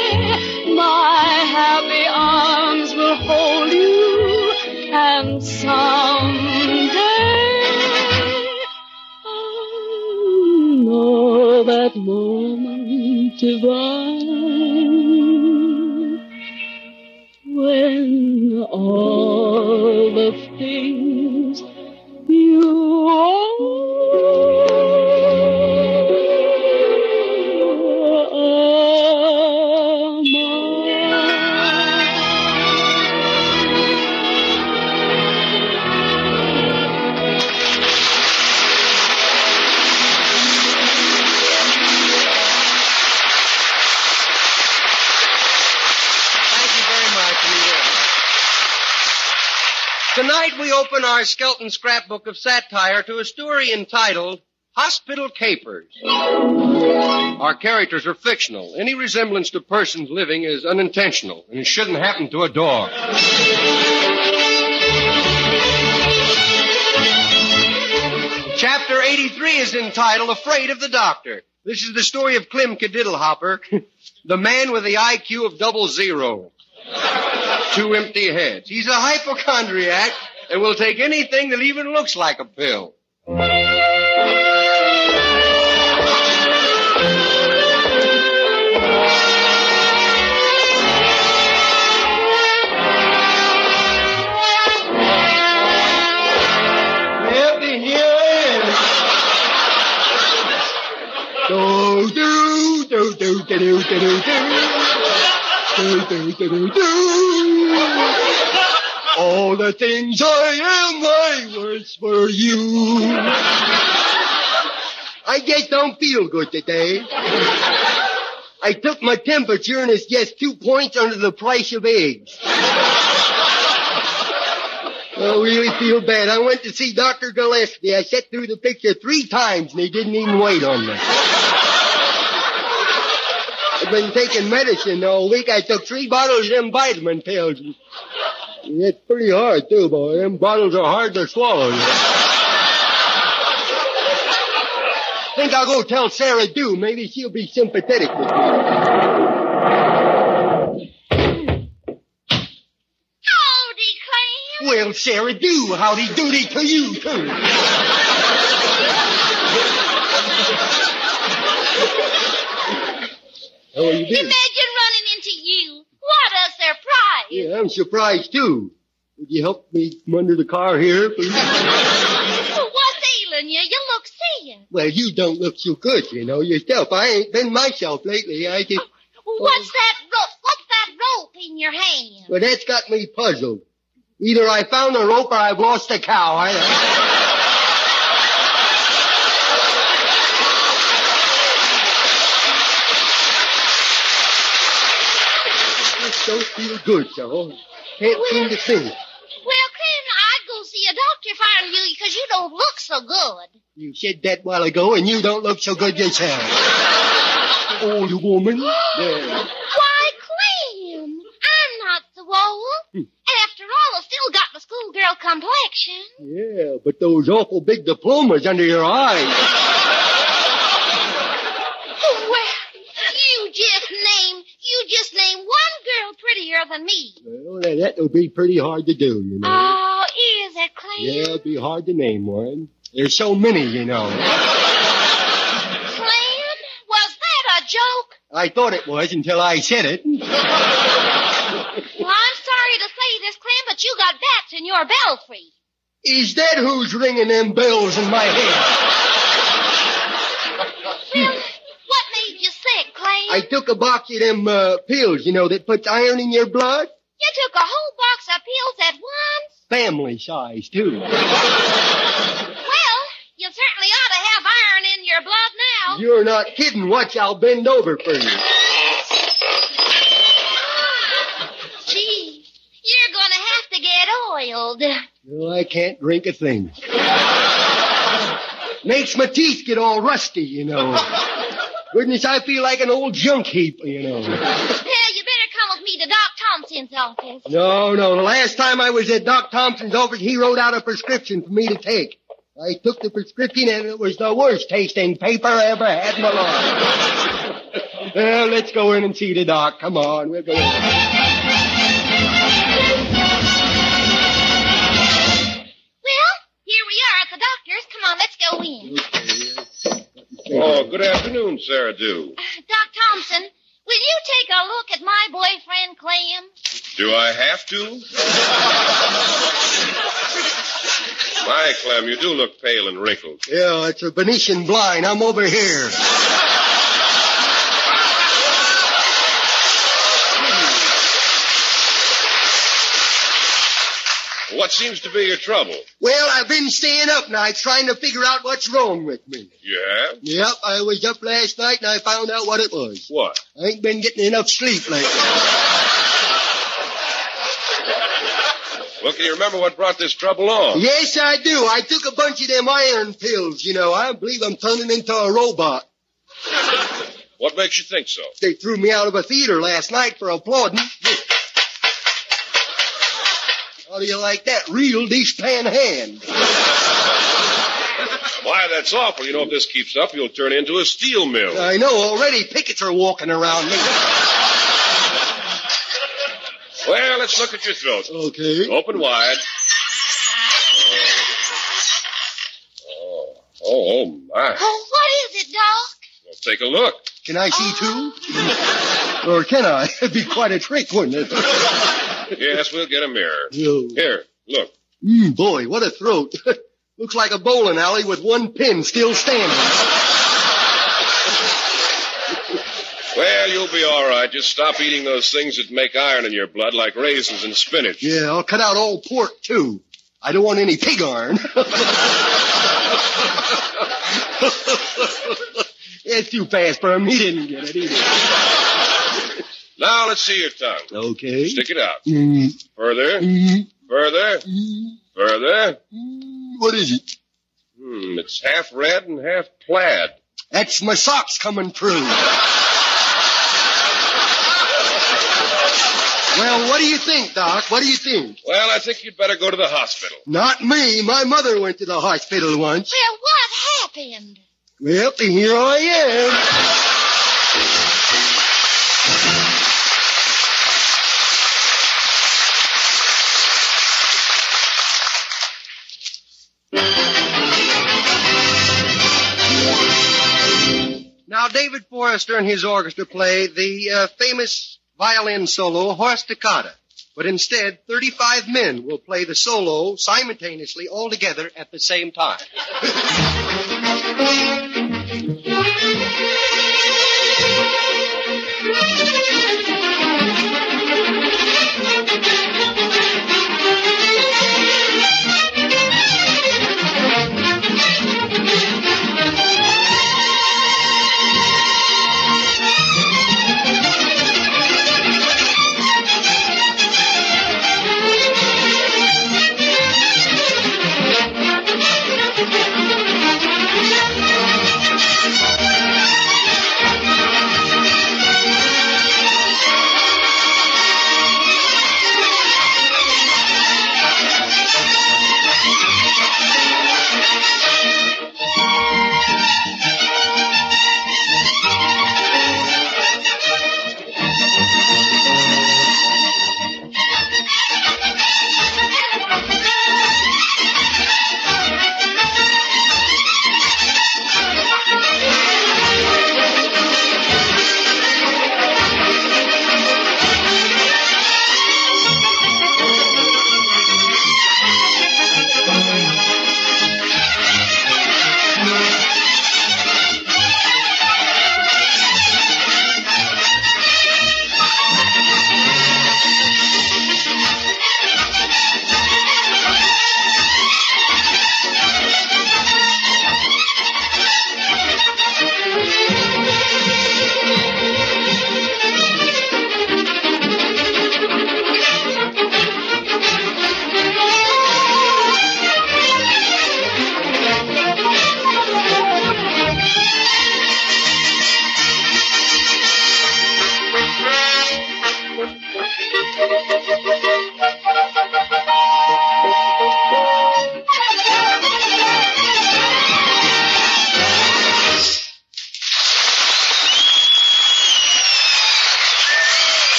my happy arms will hold you, and someday I'll know that moment divine when all the things you are. Thank you very much, Anita Ellis. Tonight we open our Skelton scrapbook of satire to a story entitled Hospital Capers. Our characters are fictional. Any resemblance to persons living is unintentional and shouldn't happen to a dog. Chapter 83 is entitled Afraid of the Doctor. This is the story of Clem Cadiddlehopper, the man with the IQ of double zero. Two empty heads. He's a hypochondriac and will take anything that even looks like a pill. do, do, do, do. Do, do, do, do, do. All the things I am, I was for you. I just don't feel good today. I took my temperature and it's just two points under the price of eggs. I really feel bad. I went to see Dr. Gillespie. I sat through the picture three times and he didn't even wait on me. I've been taking medicine all week. I took three bottles of them vitamin pills. It's pretty hard too, boy. Them bottles are hard to swallow. Think I'll go tell Sarah Dew. Maybe she'll be sympathetic with me. Well, Sarah Dew, howdy doody to you too. How are you doing? Imagine running into you. What a surprise. Yeah, I'm surprised too. Would you help me come under the car here, please? What's ailing you? You look seeing. well, you don't look so good, you know, yourself. I ain't been myself lately. I just, What's Oh. that rope? What's that rope in your hand? well, that's got me puzzled. Either I found the rope or I've lost a cow. I, I just don't feel good, Cheryl. Can't seem to finish. Well, can I go see a doctor if I were you? Because you don't look so good. You said that while ago, and you don't look so good yourself. Old woman. There. Why, Clem? I'm not Hmm. swollen. After all, I still got my schoolgirl complexion. Yeah, but those awful big diplomas under your eyes. Well, you just name you just name one girl prettier than me. Well, Oh, that, that would be pretty hard to do, you know. Oh, is it, Clem? Yeah, it'd be hard to name one. There's so many, you know. Clem, was that a joke? I thought it was until I said it. Well, I'm sorry to say this, Clem, but you got bats in your belfry. Is that who's ringing them bells in my head? What made you sick, Clem? I took a box of them uh, pills, you know, that puts iron in your blood. You took a whole box of pills at once. Family size, too. Well, you certainly ought to have iron in your blood now. You're not kidding. Watch, I'll bend over for you. Gee, you're gonna have to get oiled. Well, I can't drink a thing. Makes my teeth get all rusty, you know. Goodness, I feel like an old junk heap, you know. Yeah, you better come with me to Doc Thompson's office. No, no. The last time I was at Doc Thompson's office, he wrote out a prescription for me to take. I took the prescription and it was the worst tasting paper I ever had in my life. well, let's go in and see the doc. Come on, we'll go in. Well, here we are at the doctor's. Come on, let's go in. Oh, good afternoon, Sarah Dew. Doc Thompson, will you take a look at my boyfriend, Clem? Do I have to? My, Clem, you do look pale and wrinkled. Yeah, it's a Venetian blind. I'm over here. What seems to be your trouble? Well, I've been staying up nights trying to figure out what's wrong with me. Yeah? Yep, I was up last night and I found out what it was. What? I ain't been getting enough sleep lately. Well, can you remember what brought this trouble on? Yes, I do. I took a bunch of them iron pills, you know. I believe I'm turning into a robot. What makes you think so? They threw me out of a theater last night for applauding. How do you like that? Real dishpan hand. Why, that's awful. You know, if this keeps up, you'll turn into a steel mill. I know already. Pickets are walking around me. Well, let's look at your throat. Okay. Open wide. Oh, oh, oh my. Oh, what is it, Doc? Well, take a look. Can I see too? or can I? It'd be quite a trick, wouldn't it? Yes, we'll get a mirror. No. Here, look. Mm, boy, what a throat. Looks like a bowling alley with one pin still standing. Well, you'll be all right. Just stop eating those things that make iron in your blood, like raisins and spinach. Yeah, I'll cut out all pork, too. I don't want any pig iron. it's too fast for him. He didn't get it either. Now let's see your tongue. Okay. Stick it out. Mm, Further, mm, further, further. What is it? Hmm, it's half red and half plaid. That's my socks coming through. well, what do you think, Doc? What do you think? Well, I think you'd better go to the hospital. Not me. My mother went to the hospital once. Well, what happened? Well, here I am. Now, David Forrester and his orchestra play the uh, famous violin solo, Horse Toccata. But instead, 35 men will play the solo simultaneously, all together at the same time.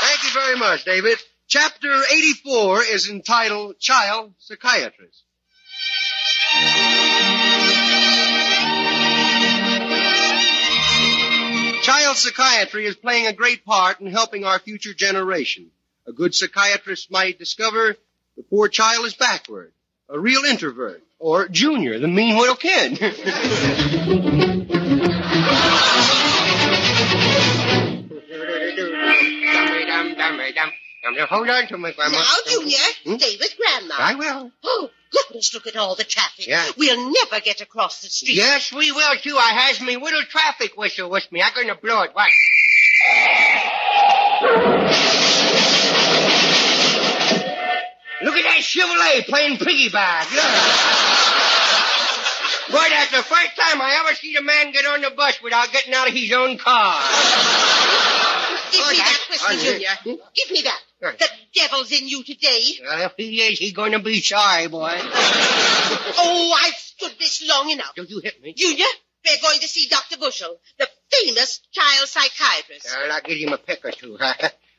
Thank you very much, David. Chapter 84 is entitled Child Psychiatrist. Child psychiatry is playing a great part in helping our future generation. A good psychiatrist might discover the poor child is backward, a real introvert, or junior, the mean little kid. Dum, dum, dum, Now, now, hold on to my grandma. Now, Junior, stay with Grandma. Hmm? I will. Oh, goodness, look at all the traffic. Yeah. We'll never get across the street. Yes, we will too. I has me little traffic whistle with me. I'm gonna blow it. Watch. Look at that Chevrolet playing piggy bag. Look. Boy, that's the first time I ever seen a man get on the bus without getting out of his own car. Give me that whistle, Oh, yeah. Junior. Give me that. The devil's in you today. Well, if he is, he's gonna be sorry, boy. Oh, I've stood this long enough. Don't you hit me. Junior, we're going to see Dr. Bushell, the famous child psychiatrist. Well, I'll give him a pick or two.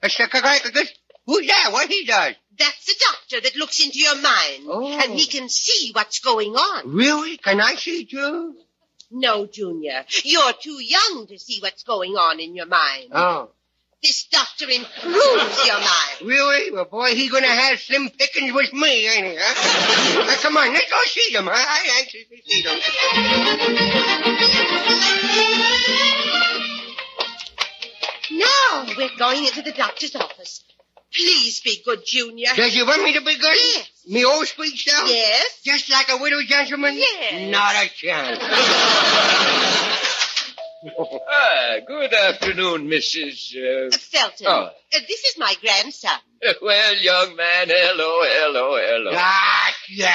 A psychiatrist? Who's that? What he does? That's the doctor that looks into your mind. And he can see what's going on. Oh. Really? Can I see too? No, Junior. You're too young to see what's going on in your mind. Oh. This doctor improves your mind. Really? Well, boy, he gonna have slim pickings with me, ain't he? Huh? Now, come on, let's go see them. Huh? I anxious to see them. Now we're going into the doctor's office. Please be good, Junior. Does you want me to be good? Yes. Me old sweet self? Yes. Just like a widow gentleman? Yes. Not a chance. Ah, good afternoon, Mrs. Uh, Felton, Oh. uh, this is my grandson. well, young man, hello, hello, hello. Ah, shut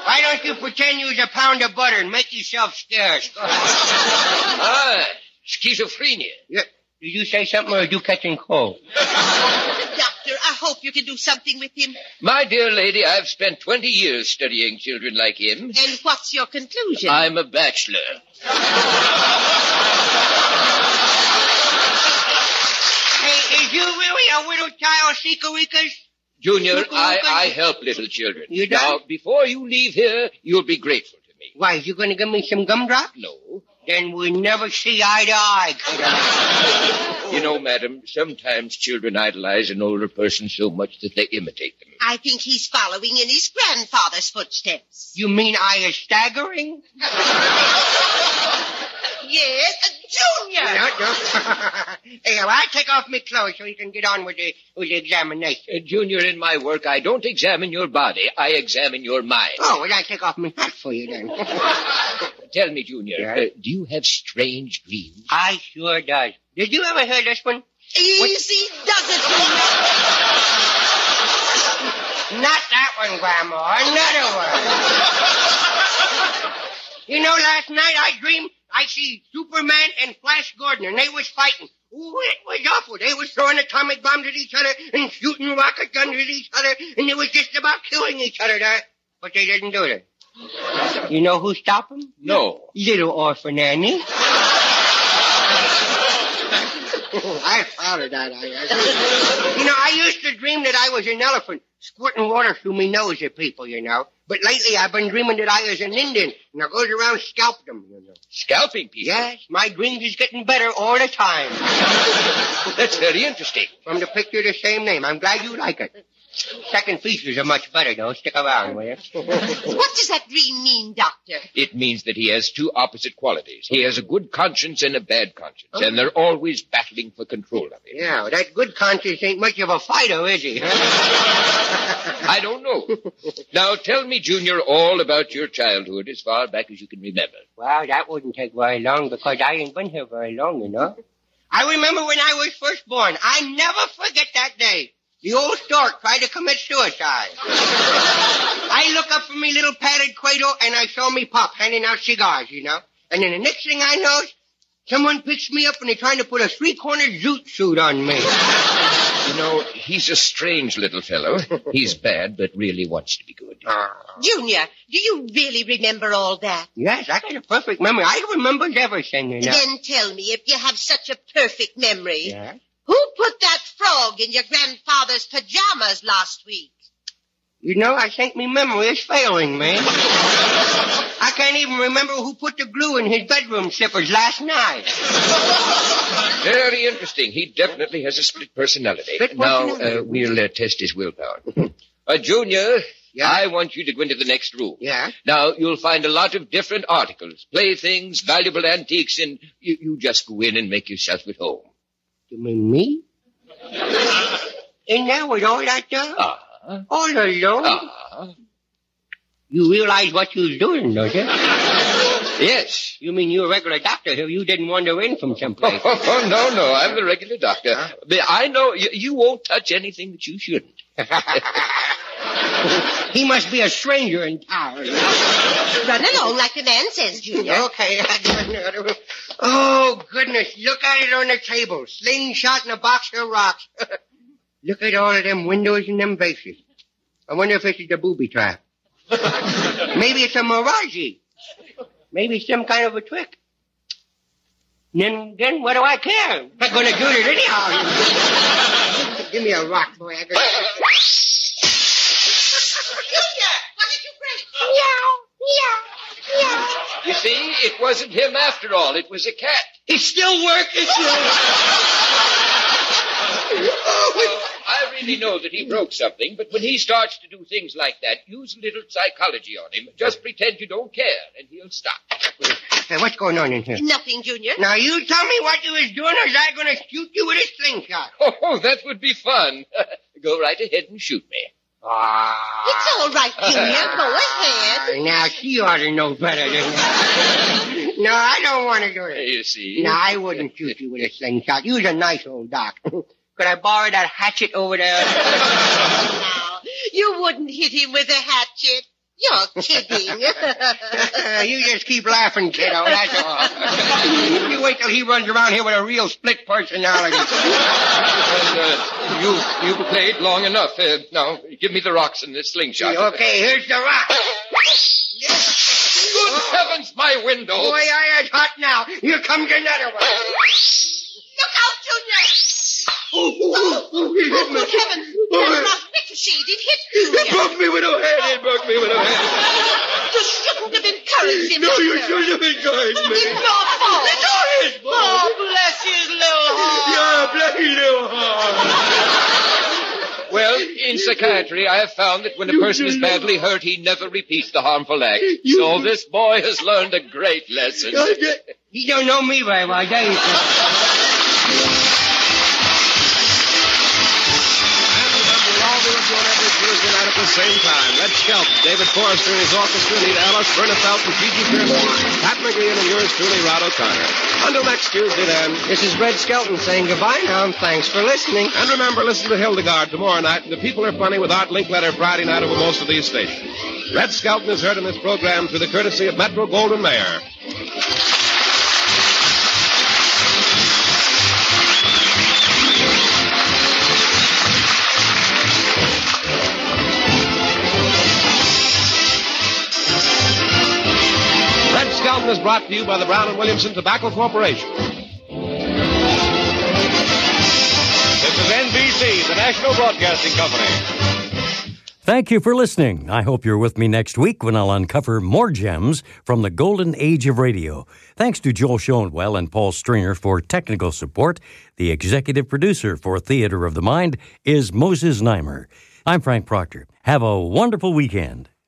up. Why don't you pretend you was a pound of butter and make yourself scarce? Go ahead. Ah, schizophrenia. Yeah. Did you say something or are you catching cold? Doctor, I hope you can do something with him. My dear lady, I've spent 20 years studying children like him. And what's your conclusion? I'm a bachelor. Hey, is you really a widow child, Seekerikas? Junior, I, I help little children. You don't? now, before you leave here, you'll be grateful to me. Why, you gonna give me some gumdrop? No. Then we never see eye to eye. You know, madam, sometimes children idolize an older person so much that they imitate them. I think he's following in his grandfather's footsteps. You mean I is staggering? Yes, a Junior. No, no. hey, well, I'll take off my clothes so you can get on with the, with the examination. Uh, Junior, in my work, I don't examine your body. I examine your mind. Oh, well, I'll take off my hat for you then. Tell me, Junior, uh, do you have strange dreams? I sure does. Did you ever hear this one? Easy does it, Not that one, Grandma. Another one. you know, last night I dreamed I see Superman and Flash Gordon, and they was fighting. Ooh, it was awful. They was throwing atomic bombs at each other and shooting rocket guns at each other, and they was just about killing each other there. But they didn't do it. You know who stopped them? No. Little orphan Annie. I found that. I, I- you know, I used to dream that I was an elephant squirting water through me nose at people, you know. But lately I've been dreaming that I was an Indian and I goes around scalping them, you know. Scalping people? Yes, my dreams is getting better all the time. That's very interesting. From the picture of the same name. I'm glad you like it. Second features are much better, though. Stick around, will you? What does that dream mean, Doctor? It means that he has two opposite qualities. He has a good conscience and a bad conscience, Oh. and they're always battling for control of it. yeah, that good conscience ain't much of a fighter, is he? I don't know. Now tell me, Junior, all about your childhood as far back as you can remember. Well, that wouldn't take very long because I ain't been here very long, you know. I remember when I was first born. I never forget that day. The old stork tried to commit suicide. I look up from me little padded cradle and I saw me pop handing out cigars, you know. And then the next thing I know, someone picks me up and they're trying to put a three-corner zoot suit on me. You know, he's a strange little fellow. He's bad, but really wants to be good. Ah. Junior, do you really remember all that? Yes, I got a perfect memory. I remember everything, you know. Then tell me, if you have such a perfect memory, Yeah. who put that frog in your grandfather's pajamas last week? You know, I think my memory is failing me. I can't even remember who put the glue in his bedroom slippers last night. Very interesting. He definitely has a split personality. Split now personality. Uh, we'll uh, test his willpower. uh, junior, I want you to go into the next room. Yeah? Now you'll find a lot of different articles, playthings, valuable antiques, and you, you just go in and make yourself at home. You mean me? In there with all that stuff? Uh, Oh, All alone? You realize what you're doing, don't you? yes. You mean you're a regular doctor here? You didn't wander in from someplace. Oh, no, no, I'm the regular doctor. Oh, But I know you, you won't touch anything that you shouldn't. he must be a stranger in town. Run along like the man says, Junior. Okay. oh, goodness. Look at it on the table. Slingshot and a box of rocks. Look at all of them windows and them vases. I wonder if this is a booby trap. Maybe it's a mirage. Maybe it's some kind of a trick. Then, then what do I care? I'm not going to do it anyhow. Give me a rock, boy. I got... Junior, what did you break? Meow, meow, meow. You see, it wasn't him after all. It was a cat. It's still work. It's still. Oh, I really know that he broke something, but when he starts to do things like that, use a little psychology on him. Just pretend you don't care, and he'll stop. Hey, what's going on in here? Nothing, Junior. Now you tell me what you was doing, or is I gonna shoot you with a slingshot? Oh, that would be fun. Go right ahead and shoot me. Ah. It's all right, Junior. Go ahead. Now she ought to know better than that. no, I don't want to do it. You see? No, I wouldn't shoot you with a slingshot. You's a nice old doc. Could I borrow that hatchet over there? You wouldn't hit him with a hatchet. You're kidding. you just keep laughing, kiddo. That's all. you wait till he runs around here with a real split personality. Uh, you, you played long enough. Uh, now, give me the rocks and the slingshot. okay, here's the rock. Good heavens, my window. Boy, I is hot now. Here comes another one. Look out, Junior. Oh, oh, oh, he hit me. Good heavens. That rock ricocheted. It hit He Junior. broke me with no head. He broke me with no head. You shouldn't have encouraged him. No, you Junior. should have encouraged me. It's your fault. It's not his fault. Oh, bless his little Yeah, bloody little Well, in psychiatry, I have found that when a person is badly hurt, he never repeats the harmful act. So this boy has learned a great lesson. You don't know me very well, do you? Tuesday night at the same time. Red Skelton, David Forrester and his orchestra, Nita Ellis, Verna Felton, Gigi Pearson, Pat McGeehan, and yours truly, Rod O'Connor. Until next Tuesday, then. This is Red Skelton saying goodbye now, and thanks for listening. And remember, listen to Hildegard tomorrow night, and The People Are Funny with Art Linkletter Friday night over most of these stations. Red Skelton is heard in this program through the courtesy of Metro Golden Mayer. Red Skelton is brought to you by the Brown and Williamson Tobacco Corporation. This is NBC, the National Broadcasting Company. Thank you for listening. I hope you're with me next week when I'll uncover more gems from the golden age of radio. Thanks to Joel Schoenwell and Paul Stringer for technical support. The executive producer for Theater of the Mind is Moses Neimer. I'm Frank Proctor. Have a wonderful weekend.